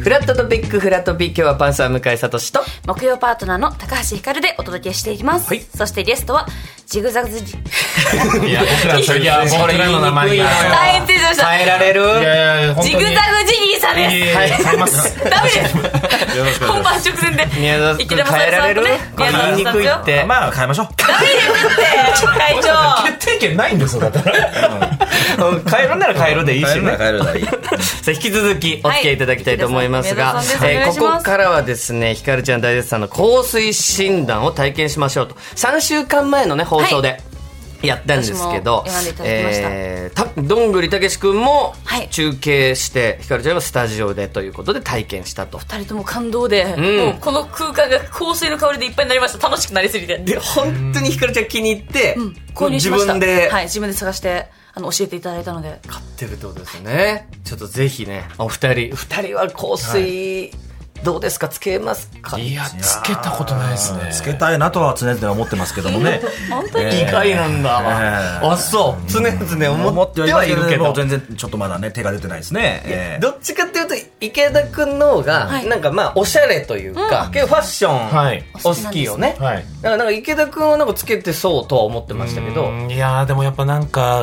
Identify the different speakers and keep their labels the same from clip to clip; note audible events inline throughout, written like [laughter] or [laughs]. Speaker 1: フラットトピックフラトピ今日はパンサー向井聡と
Speaker 2: 木曜パートナーの高橋ひかるでお届けしていきます、
Speaker 1: はい
Speaker 2: そしてゲストはジグザグジギ
Speaker 3: いや、僕らの
Speaker 1: いや僕らの名前が
Speaker 2: 大変失礼しました
Speaker 1: 耐えられる
Speaker 3: いやいや、本
Speaker 2: ジ
Speaker 3: 当
Speaker 2: グ
Speaker 3: に。
Speaker 2: ザグジギーさん
Speaker 3: い
Speaker 2: で
Speaker 3: やいやいや買います
Speaker 2: すダメです
Speaker 3: よろしくお
Speaker 2: 本番
Speaker 3: 願いしま
Speaker 2: 直前で
Speaker 1: 宮沢君
Speaker 2: 池田
Speaker 1: 変えられる
Speaker 2: 宮沢
Speaker 1: 言いにくい
Speaker 2: さん
Speaker 1: っ
Speaker 2: とよ
Speaker 1: て
Speaker 3: す。まあ、変えましょう。
Speaker 2: ダメですって
Speaker 1: [laughs]
Speaker 2: 会長
Speaker 3: 決定権ないんですよ、だから。
Speaker 1: 変えるなら変えるでいいしね
Speaker 3: えるならいい。
Speaker 1: さあ引き続きお付き合いいただきたいと思いますが、
Speaker 2: はい池田さん宮沢さんですお願いします
Speaker 1: ここからはですねひかるちゃん大絶賛の香水診断を体験しましょうと3週間前のね放送で、やったんですけど
Speaker 2: 私も選んでいただきました
Speaker 1: えーたどんぐりたけし君も
Speaker 2: はい
Speaker 1: 中継して、ひかるちゃんはスタジオでということで体験したと
Speaker 2: 二人とも感動で、
Speaker 1: ん
Speaker 2: もうこの空間が香水の香りでいっぱいになりました楽しくなりすぎて
Speaker 1: で本当にひかるちゃん気に入って、
Speaker 2: 購入しました
Speaker 1: 自分で
Speaker 2: はい、自分で探してあの教えていただいたので
Speaker 1: 買ってるってことですよねちょっとぜひねお二人二人は香水、どうですかつけますか
Speaker 4: いや、つけたことないですね。
Speaker 3: つけたいなとは常々思ってますけどもね。
Speaker 2: 本当に、
Speaker 1: 意
Speaker 3: え
Speaker 1: 外なんだわ、
Speaker 3: ええ
Speaker 1: あそう常々思
Speaker 3: 思
Speaker 1: っ
Speaker 3: っ
Speaker 1: て
Speaker 3: てはい
Speaker 1: は
Speaker 3: ます
Speaker 1: い
Speaker 3: け
Speaker 1: る
Speaker 3: ど
Speaker 1: け
Speaker 3: も
Speaker 1: ど
Speaker 3: う全然ちょっとまだね、手が出てないですね。ええ
Speaker 1: どっちかっていうと池田君の方が、
Speaker 2: はい
Speaker 1: なんかまあおしゃれというか、結構ファッショ
Speaker 4: は
Speaker 1: ン
Speaker 4: い
Speaker 1: お好きよね、
Speaker 4: はい。
Speaker 1: だからなんか池田君はなんかつけてそうとは思ってましたけど
Speaker 4: うんいやー、でもやっぱなんか、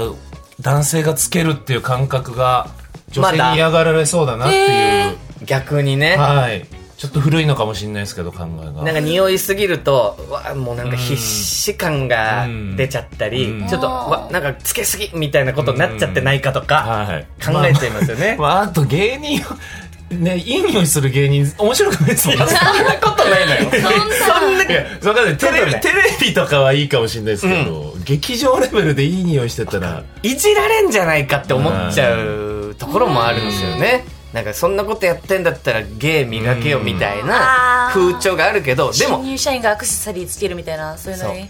Speaker 4: 男性がつけるっていう感覚が、女性に嫌がられそうだなっていう。
Speaker 1: 逆にね、
Speaker 4: はい。ちょっと古いのかもしれないですけど、考えが。
Speaker 1: なんか匂いすぎるとうわもうなんか必死感が出ちゃったり、
Speaker 4: うん
Speaker 1: ちょっと
Speaker 2: うん
Speaker 1: わなんかつけすぎみたいなことになっちゃってないかとか、
Speaker 4: はい。
Speaker 1: 考えちゃいますよね、
Speaker 4: まあ、あと芸人、ね、いい匂いする芸人、面白くないですもんね。
Speaker 1: そんなことないのよ
Speaker 2: そんない
Speaker 4: や、わかんない。テレビ、テレビとかはいいかもしれないですけど、劇場レベルでいい匂いしてたら、
Speaker 1: いじられんじゃないかって思っちゃうところもあるんですよね。なんかそんなことやってんだったら芸磨けよみたいな
Speaker 2: うん
Speaker 1: 風潮があるけどで
Speaker 2: 新
Speaker 1: も
Speaker 2: 入社員がアクセサリーつけるみたいなそういうのに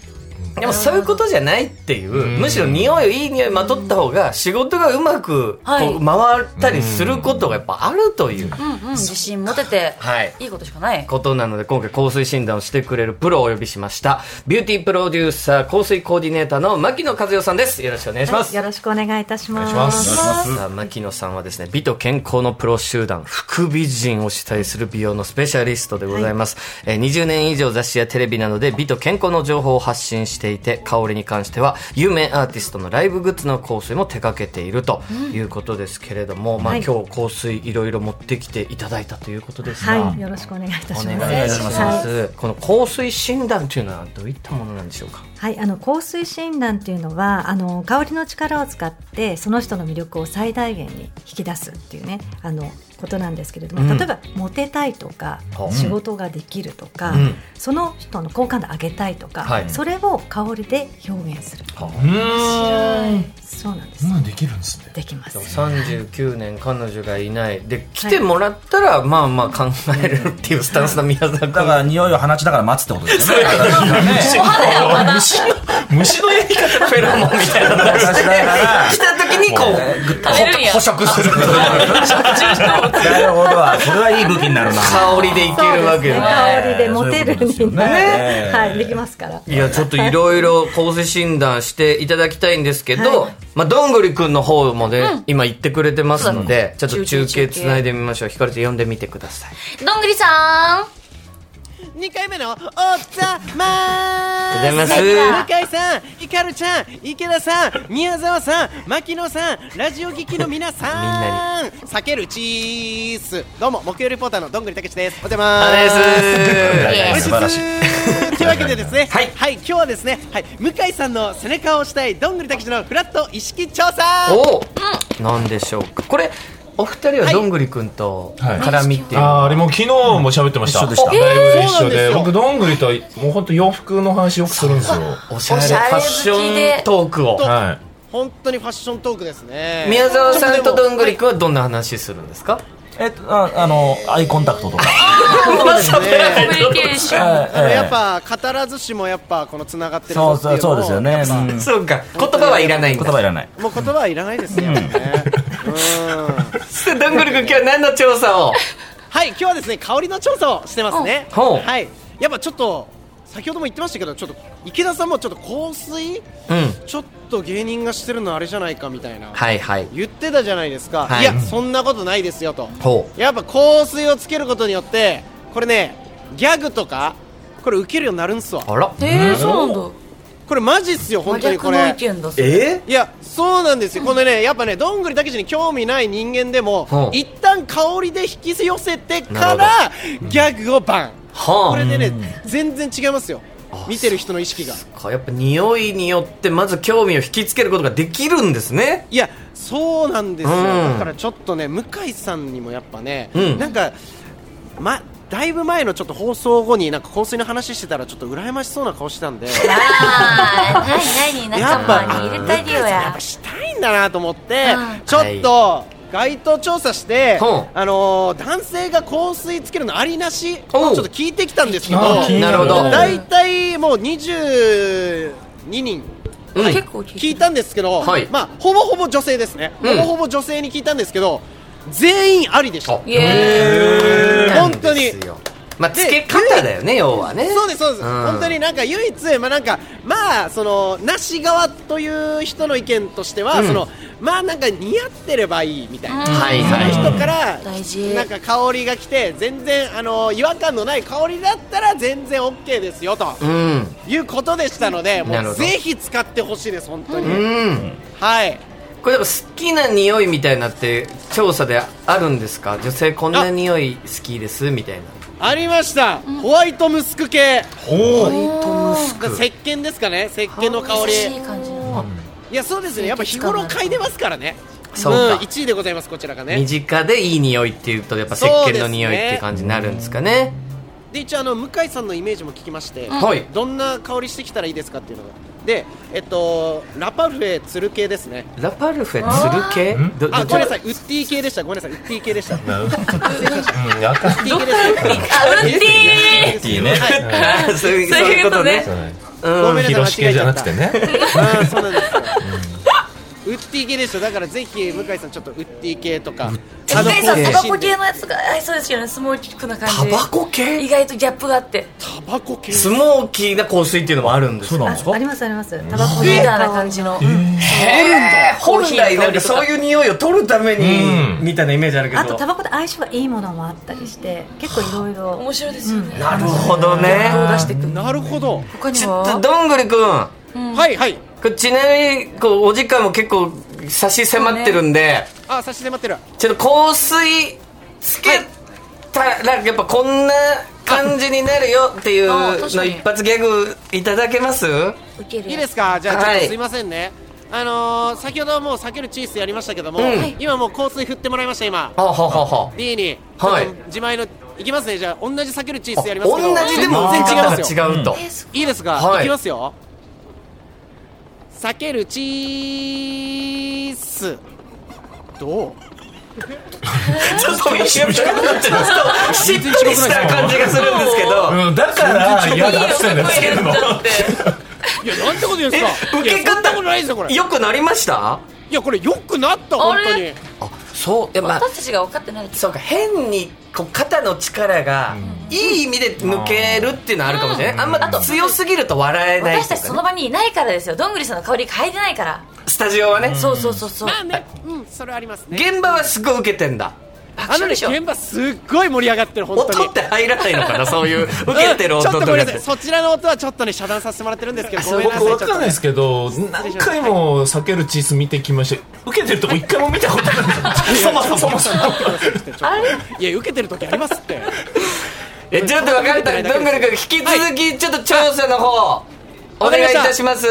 Speaker 1: でもそういうことじゃないっていう
Speaker 4: うん
Speaker 1: むしろ匂いをいい匂いまとった方が仕事がうまく
Speaker 2: は
Speaker 1: こ
Speaker 2: いう
Speaker 1: 回ったりすることがやっぱあるという
Speaker 2: うんうん自信持てて
Speaker 1: はい
Speaker 2: いいことしかない
Speaker 1: ことなので今回香水診断をしてくれるプロをお呼びしましたビューティープロデューサー香水コーディネーターの牧野和代さんですよろしくお願いします
Speaker 5: よろしくお願いいたします。
Speaker 4: お願いします
Speaker 1: さあ牧野さんはですね美と健康のプロ集団副美人を主催する美容のスペシャリストでございます、えー20年以上雑誌やテレビなどで美と健康の情報を発信していて香りに関しては有名アーティストのライブグッズの香水も手掛けているということですけれども、まあ、
Speaker 5: はい
Speaker 1: 今日香水いろいろ持ってきていただいたということですが、
Speaker 5: はい、よろしくお願いいた
Speaker 1: お
Speaker 5: し
Speaker 1: 願
Speaker 5: ます。
Speaker 1: いします、
Speaker 5: はい
Speaker 1: この香水診断というのはどういったものなんでしょうか
Speaker 5: はい、あの香水診断っていうのは、あの香りの力を使って、その人の魅力を最大限に引き出すっていうね。あのことなんですけれども、
Speaker 1: うん
Speaker 5: 例えばモテたいとか
Speaker 1: あ、
Speaker 5: 仕事ができるとか、
Speaker 1: うん
Speaker 5: その人の好感度上げたいとか、
Speaker 1: はい
Speaker 5: それを香りで表現する。
Speaker 4: うーん。
Speaker 5: そうなんで
Speaker 4: そ
Speaker 5: す
Speaker 4: ん。なんできるんですね。
Speaker 5: できます。
Speaker 1: 39年彼女がいないで来てもらったらまあまあ考えるっていうスタンスの宮沢君 [laughs]
Speaker 3: だから匂いを放ちながら待つってことですよね。
Speaker 4: 虫の虫のやり方
Speaker 1: フェロモンみたいなのが
Speaker 3: 放ちながら
Speaker 1: 来た時にこうグッと
Speaker 2: 食べるんや
Speaker 1: 捕食する
Speaker 3: なるほど。それはいい武器になるな。
Speaker 1: 香りでいけるわけよね
Speaker 5: 香りでモテる
Speaker 3: そういうことですよ
Speaker 5: に
Speaker 3: ね
Speaker 5: なる。
Speaker 3: ね
Speaker 5: はい、できますから。
Speaker 1: いやちょっといろいろ構成診断していただきたいんですけど、
Speaker 5: はい
Speaker 1: まあどんぐりくんの方もね、今言ってくれてますので、ちょっと中継
Speaker 2: 中継
Speaker 1: つないでみましょうひかるちゃん呼んでみてください
Speaker 2: どんぐりさ
Speaker 6: 二回目のおざま
Speaker 1: おざます
Speaker 6: 向井さん、ひかるちゃん、池田さん、宮沢さん、牧野さん、ラジオ聞きの皆さん、避けるチーズ。どうも木曜リポーターのどんぐりたけしです。おざま
Speaker 1: あれです
Speaker 3: 素
Speaker 6: お
Speaker 3: 晴らしい。
Speaker 6: い。というわけでですね、
Speaker 1: はい
Speaker 6: 今日はですね、はい、向井さんの背中を押したいどんぐりたけしのフラット意識調査。
Speaker 1: おなんでしょうかこれお二人はどんぐりくんと絡みっていうのは
Speaker 4: あーあれも昨日も喋ってました、
Speaker 3: 一緒でした
Speaker 4: ライブ
Speaker 6: そ
Speaker 4: 一
Speaker 6: うなん
Speaker 4: 緒
Speaker 6: で
Speaker 4: です
Speaker 6: よ
Speaker 4: 僕どんぐりともう本当洋服の話よくするんですよ
Speaker 1: おしゃれ
Speaker 2: おしゃれ
Speaker 1: ファ
Speaker 2: 好
Speaker 1: ッ
Speaker 2: き
Speaker 1: ショ
Speaker 2: で
Speaker 1: ントークを
Speaker 6: そう
Speaker 4: は
Speaker 6: 本当にファッショントークですね。
Speaker 1: 宮沢さんとどんぐり
Speaker 6: く
Speaker 1: くんはどんな話するんですか
Speaker 3: えっと、ああの、アイコンタクトと [laughs] か。
Speaker 2: んコミュニケーション
Speaker 3: [laughs] はい
Speaker 6: やっぱ語らずしもやっぱこのつながってるぞ
Speaker 3: そう
Speaker 6: ってい
Speaker 3: そうう
Speaker 6: の
Speaker 3: そう
Speaker 6: を
Speaker 3: ですよね。うん
Speaker 1: そうか言葉はいらないん
Speaker 3: 言
Speaker 1: だ
Speaker 3: 葉いらない。
Speaker 6: もう言葉はいらないですよね。
Speaker 1: さ
Speaker 6: うん
Speaker 1: あ [laughs] どんぐりくん今日は何の調査を
Speaker 6: [laughs] はい、今日はですね、香りの調査をしてますね。
Speaker 1: ほう
Speaker 6: はい、やっぱちょっと。先ほども言ってましたけどちょっと池田さんもちょっと香水
Speaker 1: うん。
Speaker 6: ちょっと芸人がしてるのあれじゃないかみたいな
Speaker 1: はいはい。
Speaker 6: 言ってたじゃないですか、
Speaker 1: はい
Speaker 6: い、やそんなことないですよと
Speaker 1: ほ
Speaker 6: やっぱ香水をつけることによってこれねギャグとかこれ受けるようになるんすわ
Speaker 1: う。あら。
Speaker 2: えー、そうなんだ
Speaker 6: これマジっすよ本当にこ
Speaker 2: 真
Speaker 6: れ
Speaker 2: 逆の意見だそれ
Speaker 3: え
Speaker 6: いやそうなんですよこのねやっぱねどんぐりたけしに興味ない人間でも、
Speaker 1: ほう
Speaker 6: 一旦香りで引き寄せて
Speaker 1: な
Speaker 6: からギャグをバンこれ
Speaker 1: は
Speaker 6: でね全然違いますよ見てる人の意識が
Speaker 1: あ。やっぱ匂いによってまず興味を引きつけることができるんですね。
Speaker 6: いやそうなんですよ、
Speaker 1: うん
Speaker 6: だからちょっとね向井さんにもやっぱね、
Speaker 1: うん
Speaker 6: なんか、ま、だいぶ前のちょっと放送後になんか香水の話してたらちょっと羨ましそうな顔してたんでや
Speaker 7: あー、何何
Speaker 6: やっ
Speaker 7: 仲
Speaker 6: ぱ
Speaker 7: 間に入れたりよ
Speaker 6: っ
Speaker 7: や
Speaker 6: ぱ。したいんだなと思って、
Speaker 7: うん
Speaker 6: ちょっと。街頭調査して、
Speaker 1: ほう
Speaker 6: あのー男性が香水つけるのありなし
Speaker 1: ほ
Speaker 6: を
Speaker 1: う
Speaker 6: ちょっと聞いてきたんですけど
Speaker 4: あ気に
Speaker 1: なるほど。
Speaker 6: だいたいもう22人
Speaker 1: うん
Speaker 2: 結構聞
Speaker 6: 聞
Speaker 2: い
Speaker 6: いたんですけど、
Speaker 1: はい
Speaker 6: まあほぼほぼ女性ですね、
Speaker 1: うん
Speaker 6: ほぼほぼ女性に聞いたんですけど全員ありでした
Speaker 1: あ
Speaker 2: イエ
Speaker 6: 本当に
Speaker 1: ですよまあ、つけ方だよね、要はね。
Speaker 6: そうですそうで
Speaker 1: う
Speaker 6: す、
Speaker 1: ん
Speaker 6: 本当になんか唯一まあなんかまあそのなし側という人の意見としては、
Speaker 1: うん
Speaker 6: そのまあなんか似合ってればいいみたいな、
Speaker 1: はい
Speaker 6: そ
Speaker 1: は
Speaker 6: の
Speaker 1: い。
Speaker 6: 人から
Speaker 7: 大事
Speaker 6: なんか香りが来て全然あの違和感のない香りだったら全然 OK ですよと
Speaker 1: うん。
Speaker 6: いうことでしたので、も
Speaker 1: なるほ
Speaker 6: う
Speaker 1: ど
Speaker 6: ぜひ使ってほしいです本当に、
Speaker 1: うん。
Speaker 6: はい
Speaker 1: これでも好きな匂いみたいなって調査であるんですか女性こんな匂い好きですみたいな
Speaker 6: ありました、ホワイトムスク系
Speaker 4: おお
Speaker 6: 石鹸ですかね石鹸の香
Speaker 7: 優しい
Speaker 6: り
Speaker 7: 感じの。
Speaker 6: いやそうですねやっぱ日頃嗅いでますからね
Speaker 1: そうか
Speaker 6: ん、1位でございますこちらがね
Speaker 1: 身近でいい匂いっていうとやっぱ石
Speaker 6: そう
Speaker 1: 鹸
Speaker 6: で
Speaker 1: の
Speaker 6: すね
Speaker 1: 匂いっていう感じになるんですかね
Speaker 6: で一応あの向井さんのイメージも聞きまして、
Speaker 1: はい
Speaker 6: どんな香りしてきたらいいですかっていうのがでえっとラパルフェつる系ですね
Speaker 1: ラパルフェつる系ど
Speaker 6: あ
Speaker 1: ど
Speaker 6: ごめんなさいウッディ系でしたごめんなさいウッディ系でしたウッ
Speaker 4: なるほどうんやった
Speaker 6: ディ系でし
Speaker 2: あ
Speaker 6: た
Speaker 2: ウッディ
Speaker 3: ーっていうね。
Speaker 1: あーそういう
Speaker 2: そういうことね
Speaker 1: そういう
Speaker 6: ごめんなさい
Speaker 4: 広
Speaker 6: 間
Speaker 4: 重
Speaker 6: 違え
Speaker 4: じ
Speaker 6: ち
Speaker 4: ゃ
Speaker 6: ゃ
Speaker 4: な
Speaker 6: っ
Speaker 4: く
Speaker 6: た
Speaker 4: てね
Speaker 6: あーそうなんですよウッディ系でしただからぜひ向井さんちょっとウッディ系とかあ
Speaker 2: 向井さん
Speaker 1: え
Speaker 2: タ
Speaker 1: ー
Speaker 2: バコ系のやつが合いそうですよねスモーキックな感じ
Speaker 1: タバコ系
Speaker 2: 意外とギャップがあって
Speaker 6: タバコ系
Speaker 1: スモーキーな香水っていうのもあるんです
Speaker 3: そう
Speaker 1: よ
Speaker 3: なんですか
Speaker 5: ありますありますタバコの
Speaker 2: リーダーな感じの
Speaker 1: へー本来なんかそういう匂いを取るために
Speaker 4: うん
Speaker 1: みたいなイメージあるけ
Speaker 5: あとタ
Speaker 1: ど
Speaker 5: バコと相性がいいものもあったりして結構いろいろ
Speaker 2: 面白いですよね
Speaker 1: なるほどね
Speaker 2: 顔出してくる
Speaker 6: なるほど、
Speaker 2: 他に
Speaker 1: ちょっと
Speaker 2: は
Speaker 1: どんぐりくん
Speaker 6: はいはい
Speaker 1: これちなみにこうお時間も結構差し迫ってるんで、
Speaker 6: あ差し迫ってる
Speaker 1: ちょっと香水つけたらやっぱこんな感じになるよっていう
Speaker 2: あ確
Speaker 1: の
Speaker 2: かに
Speaker 1: 一発ギャグいただけます
Speaker 7: 受ける
Speaker 6: いい
Speaker 7: や
Speaker 6: で
Speaker 7: つ。
Speaker 6: すかじゃあちょ
Speaker 1: は
Speaker 6: っ
Speaker 1: い
Speaker 6: とすいませんね、あのー、先ほどはもう避けるチーズやりましたけども、
Speaker 1: うん
Speaker 6: 今もう香水振ってもらいました今
Speaker 1: はははは
Speaker 6: D に
Speaker 1: はい
Speaker 6: ちょっと自前のいきますねじゃあ同じ避けるチーズやります
Speaker 1: 同
Speaker 6: けど
Speaker 1: じでも
Speaker 6: 全然違いますよ
Speaker 1: 違うと、
Speaker 6: いいですか、
Speaker 1: はい
Speaker 6: い、きますよ避けるチーズどう
Speaker 1: ちょっと見えなくなっちゃうしっとりした感じがするんですけど
Speaker 4: うんだから嫌だっつってんだよつけるの
Speaker 6: いやなんてこと言うんですか
Speaker 1: え受け方
Speaker 6: いやそんなことないですよこれい
Speaker 1: 良くなりました
Speaker 6: やこれよくなった本当に
Speaker 1: あそういやまあ
Speaker 2: 私たちが分かってないけど
Speaker 1: そうか変にこう肩の力がいい意味で抜けるっていうのはあるかもしれない、あんま強すぎると笑えない
Speaker 2: 私
Speaker 1: と
Speaker 2: た
Speaker 1: いう
Speaker 2: ち
Speaker 1: か
Speaker 2: そ
Speaker 1: ね
Speaker 2: の場にいないからですよどんぐりさんの香り嗅いでないから
Speaker 1: スタジオはね、
Speaker 2: そうそうそうそう
Speaker 6: まあねうんそれありますね
Speaker 1: 現場はすごい受けてんだ
Speaker 2: 爆
Speaker 6: あの
Speaker 2: 笑
Speaker 6: ね
Speaker 2: でしょ
Speaker 6: 現場すっごい盛り上がってる本当
Speaker 1: 音
Speaker 6: に
Speaker 1: って入らないのかなそういう受けてる音
Speaker 6: ちょ
Speaker 1: と
Speaker 6: っ
Speaker 1: か
Speaker 6: と
Speaker 1: って
Speaker 6: ごめんなさいそちらの音はちょっとね遮断させてもらってるんですけどごめんな
Speaker 4: 僕
Speaker 6: さい
Speaker 4: わ
Speaker 6: ち
Speaker 4: か
Speaker 6: ょっ
Speaker 4: ん
Speaker 6: と
Speaker 4: ないですけど何回も避けるチーズ見てきまして受けてるとこ一回も見たことないそもそもそもそも
Speaker 6: いや受けてる時ありますって
Speaker 1: えちょっと分かったどんぐり君引き続きちょっと調査の方お願いいたします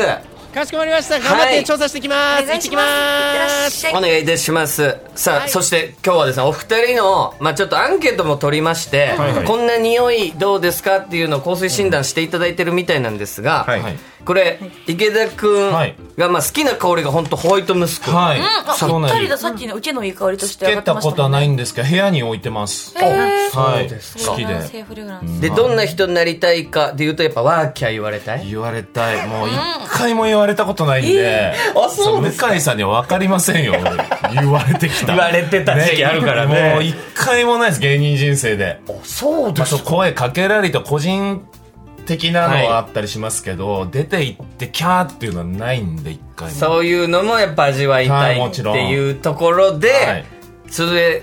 Speaker 6: かしこまりました頑張っ
Speaker 1: は
Speaker 6: て
Speaker 1: い
Speaker 6: 調査してきます、行ってきまーす
Speaker 1: お願いいたしますさあ、
Speaker 6: はい
Speaker 1: そして今日はですねお二人の、まあ、ちょっとアンケートも取りまして、
Speaker 3: はいはい
Speaker 1: こんな匂いどうですかっていうのを香水診断していただいてるみたいなんですが、
Speaker 3: はい
Speaker 4: はい
Speaker 1: これ池田君
Speaker 4: はい
Speaker 1: がまあ好きな香りが本当ホワイトムスク、
Speaker 4: はい
Speaker 2: あ
Speaker 4: そう
Speaker 2: ぴっ
Speaker 4: な
Speaker 2: た
Speaker 4: ん
Speaker 2: り
Speaker 4: で
Speaker 2: だ
Speaker 4: す
Speaker 2: さっきの受けのいい香りとして
Speaker 4: つ
Speaker 2: 上が
Speaker 4: け
Speaker 2: って
Speaker 4: た
Speaker 2: ま
Speaker 4: こ
Speaker 2: した
Speaker 4: と
Speaker 2: も
Speaker 4: は
Speaker 2: ん
Speaker 4: な
Speaker 2: ね
Speaker 4: いんですけど部屋に置いてますはい好き
Speaker 2: セー
Speaker 4: で
Speaker 2: フレグランス
Speaker 1: でどんな人になりたいかでいうとやっぱワーキャー言われたい
Speaker 4: 言われたいもう一回も言われたことないんで
Speaker 1: あそうです
Speaker 4: 向井さんには分かりませんよ言われてきた
Speaker 1: 言われてた時期あるからね
Speaker 4: もう一回もないです芸人人生で
Speaker 1: そう
Speaker 4: まあ、そう声かけられた個人的なのはあったりしますけど、出て行ってキャーっていうのはないんで一回も
Speaker 1: そういうのもやっぱ味わいた
Speaker 4: はい
Speaker 1: い
Speaker 4: も
Speaker 1: っ
Speaker 4: ち
Speaker 1: て
Speaker 4: ろん
Speaker 1: いうところで、
Speaker 4: はい
Speaker 1: それ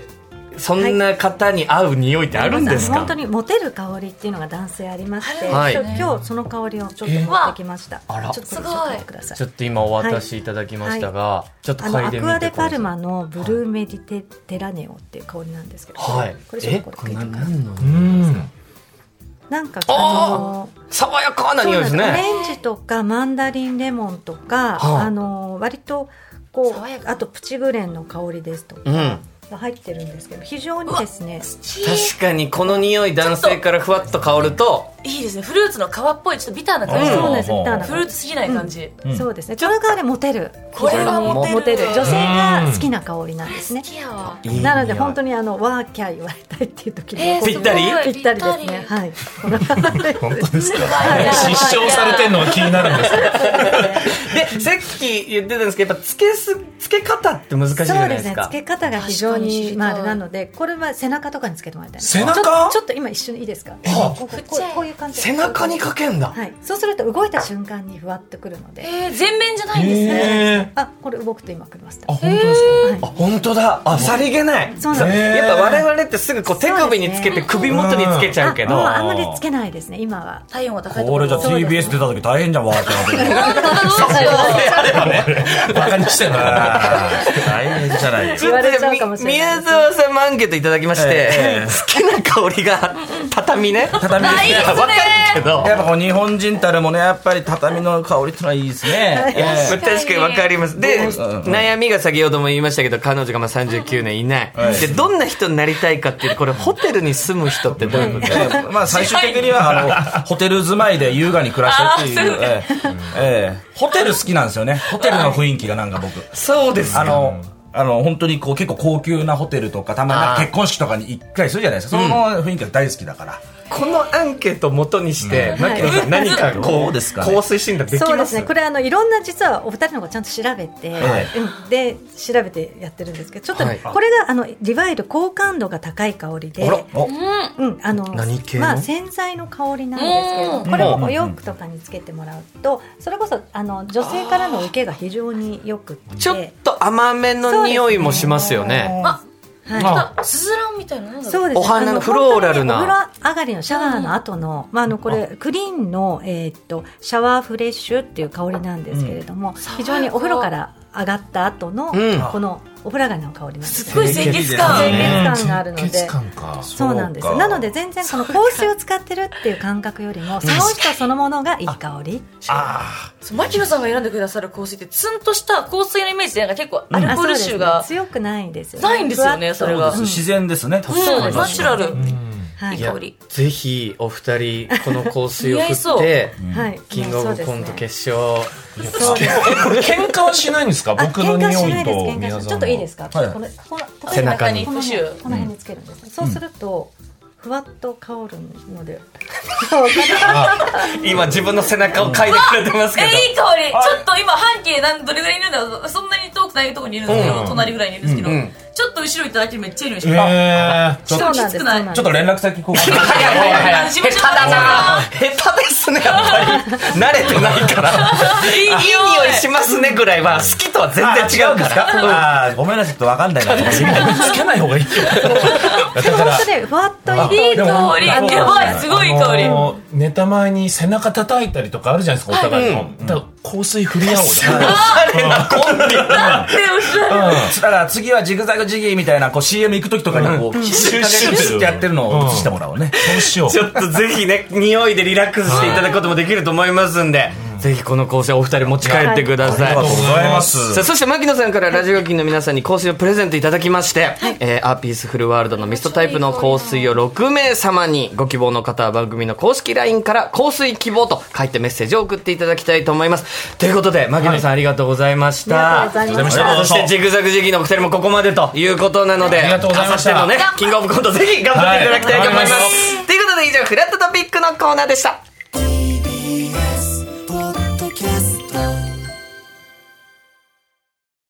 Speaker 1: そんな方に合う匂いってあるんですか、
Speaker 5: 本当にモテる香りっていうのが男性ありまして、
Speaker 1: はい
Speaker 5: ちょ今日その香りをちょっと持ってきました。
Speaker 1: あら
Speaker 5: ちょっとこれちょっと待ってください
Speaker 1: ちょっと今お渡しいただきましたが、ちょっと
Speaker 5: あの
Speaker 1: 嗅
Speaker 5: ア
Speaker 1: いでみてください
Speaker 5: クアデパルマのブルーメディテテラネオっていう香りなんですけど、
Speaker 1: はい
Speaker 5: これちょ
Speaker 1: え
Speaker 5: っとこ
Speaker 1: こ
Speaker 5: れ
Speaker 1: れ
Speaker 5: 嗅いでください
Speaker 1: 何の
Speaker 4: うん
Speaker 5: なんか
Speaker 1: あー
Speaker 5: あの
Speaker 1: 爽やかな
Speaker 5: そう
Speaker 1: 匂いで
Speaker 5: なん
Speaker 1: す
Speaker 5: ですオ
Speaker 1: ね
Speaker 5: レンジとかマンダリンレモンとか、
Speaker 1: はい
Speaker 5: あの割とこ
Speaker 7: 爽や
Speaker 5: う
Speaker 7: か
Speaker 5: あとプチグレンの香りですと
Speaker 1: う
Speaker 5: か
Speaker 1: ん
Speaker 5: が入ってるんですけど非常にですね
Speaker 1: 確かにこの匂い男性からふわっと香ると
Speaker 2: いいですねフルーツの皮っぽいちょっとビターな
Speaker 5: そう
Speaker 2: 感じ、
Speaker 5: なんですビターな
Speaker 2: フルーツすぎない感じ、
Speaker 3: うん
Speaker 5: そうですねこれがねモテる
Speaker 2: これはモテる
Speaker 5: 女性が好きな香りなんですね
Speaker 7: 好きやわ
Speaker 1: いい匂い
Speaker 5: なので本当にあのワーキャー言われたいっていう時に、
Speaker 7: えー
Speaker 1: ぴったり
Speaker 7: すごい
Speaker 5: ぴったりですねはいこんな感じで
Speaker 4: 本当ですか
Speaker 7: や
Speaker 4: 失笑されてんのが気になるんですけど
Speaker 1: でさっき言ってたんですけどやっぱつけすつけ方って難しいじ
Speaker 5: そ
Speaker 1: ゃな
Speaker 5: う
Speaker 1: いで
Speaker 5: です
Speaker 1: す
Speaker 5: ね
Speaker 1: か
Speaker 5: つけ方が非常
Speaker 7: 確かに知
Speaker 5: に
Speaker 7: りたい
Speaker 5: まああれなのでこれは背中とかにつけてもらいたい
Speaker 4: 背中
Speaker 5: ちょっとちょっと今一瞬いいですかこうこうこ
Speaker 7: ちゃいう
Speaker 5: こういう感じ
Speaker 1: 背中にかけんだ、
Speaker 5: はいそうすると動いた瞬間にふわっとくるので
Speaker 2: えー、全面じゃないんですね、
Speaker 4: え
Speaker 5: あこれ動くと今くれました
Speaker 4: あ本当ですか
Speaker 1: あ本当だあさりげない
Speaker 5: そうなんです
Speaker 4: へー
Speaker 1: やっぱ我々ってすぐこう手首につけ
Speaker 5: そう
Speaker 1: て
Speaker 5: ですね
Speaker 1: 首元につけちゃうけ
Speaker 5: あもう
Speaker 1: ど
Speaker 5: あんまりつけないですね今は
Speaker 2: 体温が高いとこ
Speaker 3: これ
Speaker 2: ろ
Speaker 3: じゃあ TBS 出た時大変じゃんわーってなって
Speaker 4: バカにしてんのかな
Speaker 3: 大変じゃないよ
Speaker 1: ち
Speaker 5: 言
Speaker 1: ょ
Speaker 5: わ
Speaker 1: っと
Speaker 5: れちゃう
Speaker 1: み
Speaker 5: かもしれな
Speaker 1: 宮
Speaker 5: いです
Speaker 1: 沢さんもアンケートいただきまして、
Speaker 3: ええ
Speaker 1: [laughs] 好きな香り
Speaker 5: [laughs]
Speaker 1: が畳ね
Speaker 3: 畳ですね
Speaker 1: [laughs] わかるけど
Speaker 3: やっぱこう日本人たるもねやっぱり畳の香りってのはいいですねええ
Speaker 1: 確かにわかりますで、
Speaker 3: ううん
Speaker 1: 悩みが先ほども言いましたけど彼女がまあ39年いない、
Speaker 3: はい
Speaker 1: でどんな人になりたいかっていうこれホテルに住む人ってどういうことですか、
Speaker 3: ええまあ最終的にはあのホテル住まいで優雅に暮らしたいっていう、ええええホテル好きなんですよねホテルの雰囲気がなんか僕
Speaker 1: そうです
Speaker 3: あのあの本当にこう結構高級なホテルとかたまになんか結婚式とかに行ったりするじゃないですかその雰囲気が大好きだから、
Speaker 1: このアンケートを元にして、牧野さん何かこ
Speaker 3: ど
Speaker 1: う
Speaker 3: うですかね
Speaker 1: 香水診断でき
Speaker 5: そう
Speaker 1: ま
Speaker 5: ですすねこれあのいろんな実はお二人のことちゃんと調べて、
Speaker 3: はい
Speaker 5: うんで調べてやってるんですけどちょっとね、
Speaker 1: はい
Speaker 5: これがあのいわゆる好感度が高い香りで
Speaker 1: あら。
Speaker 3: お
Speaker 5: うん、あの
Speaker 1: 何系の
Speaker 5: まあ、洗剤の香りなんですけれどもこれもお洋服とかにつけてもらうとそれこそあの女性からの受けが非常によくって
Speaker 1: ちょっと甘めの匂いもしますよね
Speaker 5: はい
Speaker 7: すずらんみたいななんだろ
Speaker 5: そうです
Speaker 1: お花の
Speaker 5: あ
Speaker 1: フローラルな
Speaker 5: 本当にお風呂上がりのシャワーの後の、まあ、あのこれクリーンの、えーっとシャワーフレッシュっていう香りなんですけれども、非常にお風呂から上がった後の、
Speaker 1: うん
Speaker 5: このお風呂上がりの香りなんです
Speaker 2: すっごい清潔感
Speaker 5: 清潔感があるので
Speaker 4: 清潔感か
Speaker 5: そうなんですなので全然この香水を使ってるっていう感覚よりもその人そのものがいい香り
Speaker 2: そう牧野さんが選んでくださる香水ってツンとした香水のイメージでなんか結構アルコール臭
Speaker 5: あ
Speaker 2: が、
Speaker 5: そうですね強くないんですよ、
Speaker 2: ないんですよね
Speaker 5: ふ
Speaker 2: そ
Speaker 5: わっ
Speaker 2: れ
Speaker 3: そう
Speaker 2: が
Speaker 3: です自然ですね、
Speaker 2: うんナチュラル、
Speaker 5: とはいい
Speaker 2: い香り
Speaker 1: ぜひお二人この香水を
Speaker 2: 似合い
Speaker 1: 振っ
Speaker 2: そ
Speaker 1: て
Speaker 5: はい
Speaker 1: キングオブコント決勝
Speaker 5: そうですねそうです
Speaker 4: これ喧嘩はしないんですか
Speaker 5: あ
Speaker 4: 僕の匂
Speaker 5: 喧嘩しないいです
Speaker 4: と宮
Speaker 5: 喧嘩しない
Speaker 4: 沢
Speaker 5: ちょっといいですか、
Speaker 3: はい
Speaker 5: このこの
Speaker 1: 背中に
Speaker 5: この
Speaker 2: プシュ
Speaker 5: この辺につけるんです、ねそうするとふわっと香るので、
Speaker 1: 今自分の背中を嗅いでくれてますけ
Speaker 2: え
Speaker 1: ど
Speaker 2: いい香りちょっと今半径なんどれぐらいいるんだろうそんなに遠くないところにいるんですけど、
Speaker 4: うん
Speaker 2: 隣ぐらいにいるんですけど、
Speaker 1: うんうん
Speaker 2: ちょっと後ろいただけるめっちゃいい匂いし
Speaker 4: え
Speaker 2: ます、
Speaker 4: ー
Speaker 2: ちょっときつくない
Speaker 5: そうなんです
Speaker 3: ちょっと連絡先こう
Speaker 1: 早い早い早い
Speaker 2: 事務所だな
Speaker 1: 下手ですねやっぱり慣れてないから
Speaker 2: いい
Speaker 1: いい
Speaker 2: 匂い
Speaker 1: 匂いしますねぐらいは好きとは全然違うから
Speaker 3: ああごめんなさいちょっとわかんないな
Speaker 4: つけない方がいいよだ
Speaker 5: でも
Speaker 4: か
Speaker 5: 本
Speaker 4: ら
Speaker 5: 当ねふわっといい
Speaker 2: いい香りやばいすごいいい香り、
Speaker 4: あのー寝た前に背中叩いたりとかあるじゃないですかお互いの、だから香水振り合おう
Speaker 1: おしゃれなコンビ
Speaker 2: だっておしゃれ
Speaker 3: だから次はジグザグジギーみたいなこう CM 行く時とかにこう、シュッシュッシュッってやってるのを映してもらおうね、
Speaker 4: そうしよう
Speaker 1: ちょっとぜひね、匂いでリラックスしていただくこともできると思いますんで、ぜひこの香水お二人持ち帰ってください。
Speaker 3: ありがとうございます
Speaker 1: さあそして牧野さんからラジオ機の皆さんに香水をプレゼントいただきまして、えーアーピースフルワールドのミストタイプの香水を6名様にご希望の方は番組の公式 LINE から香水希望と書いてメッセージを送っていただきたいと思いますということで牧野さんありがとうございました、
Speaker 5: ありがとうございまし
Speaker 4: ありがとう
Speaker 1: そ
Speaker 4: ご
Speaker 1: してジグザグジギーのお二人もここまでということなので
Speaker 4: ありがとうございました
Speaker 1: 明後日のねキングオブコントぜひ頑張っていただきたいと思います、
Speaker 4: はい頑張り
Speaker 1: ということで以上フラットトピックのコーナーでした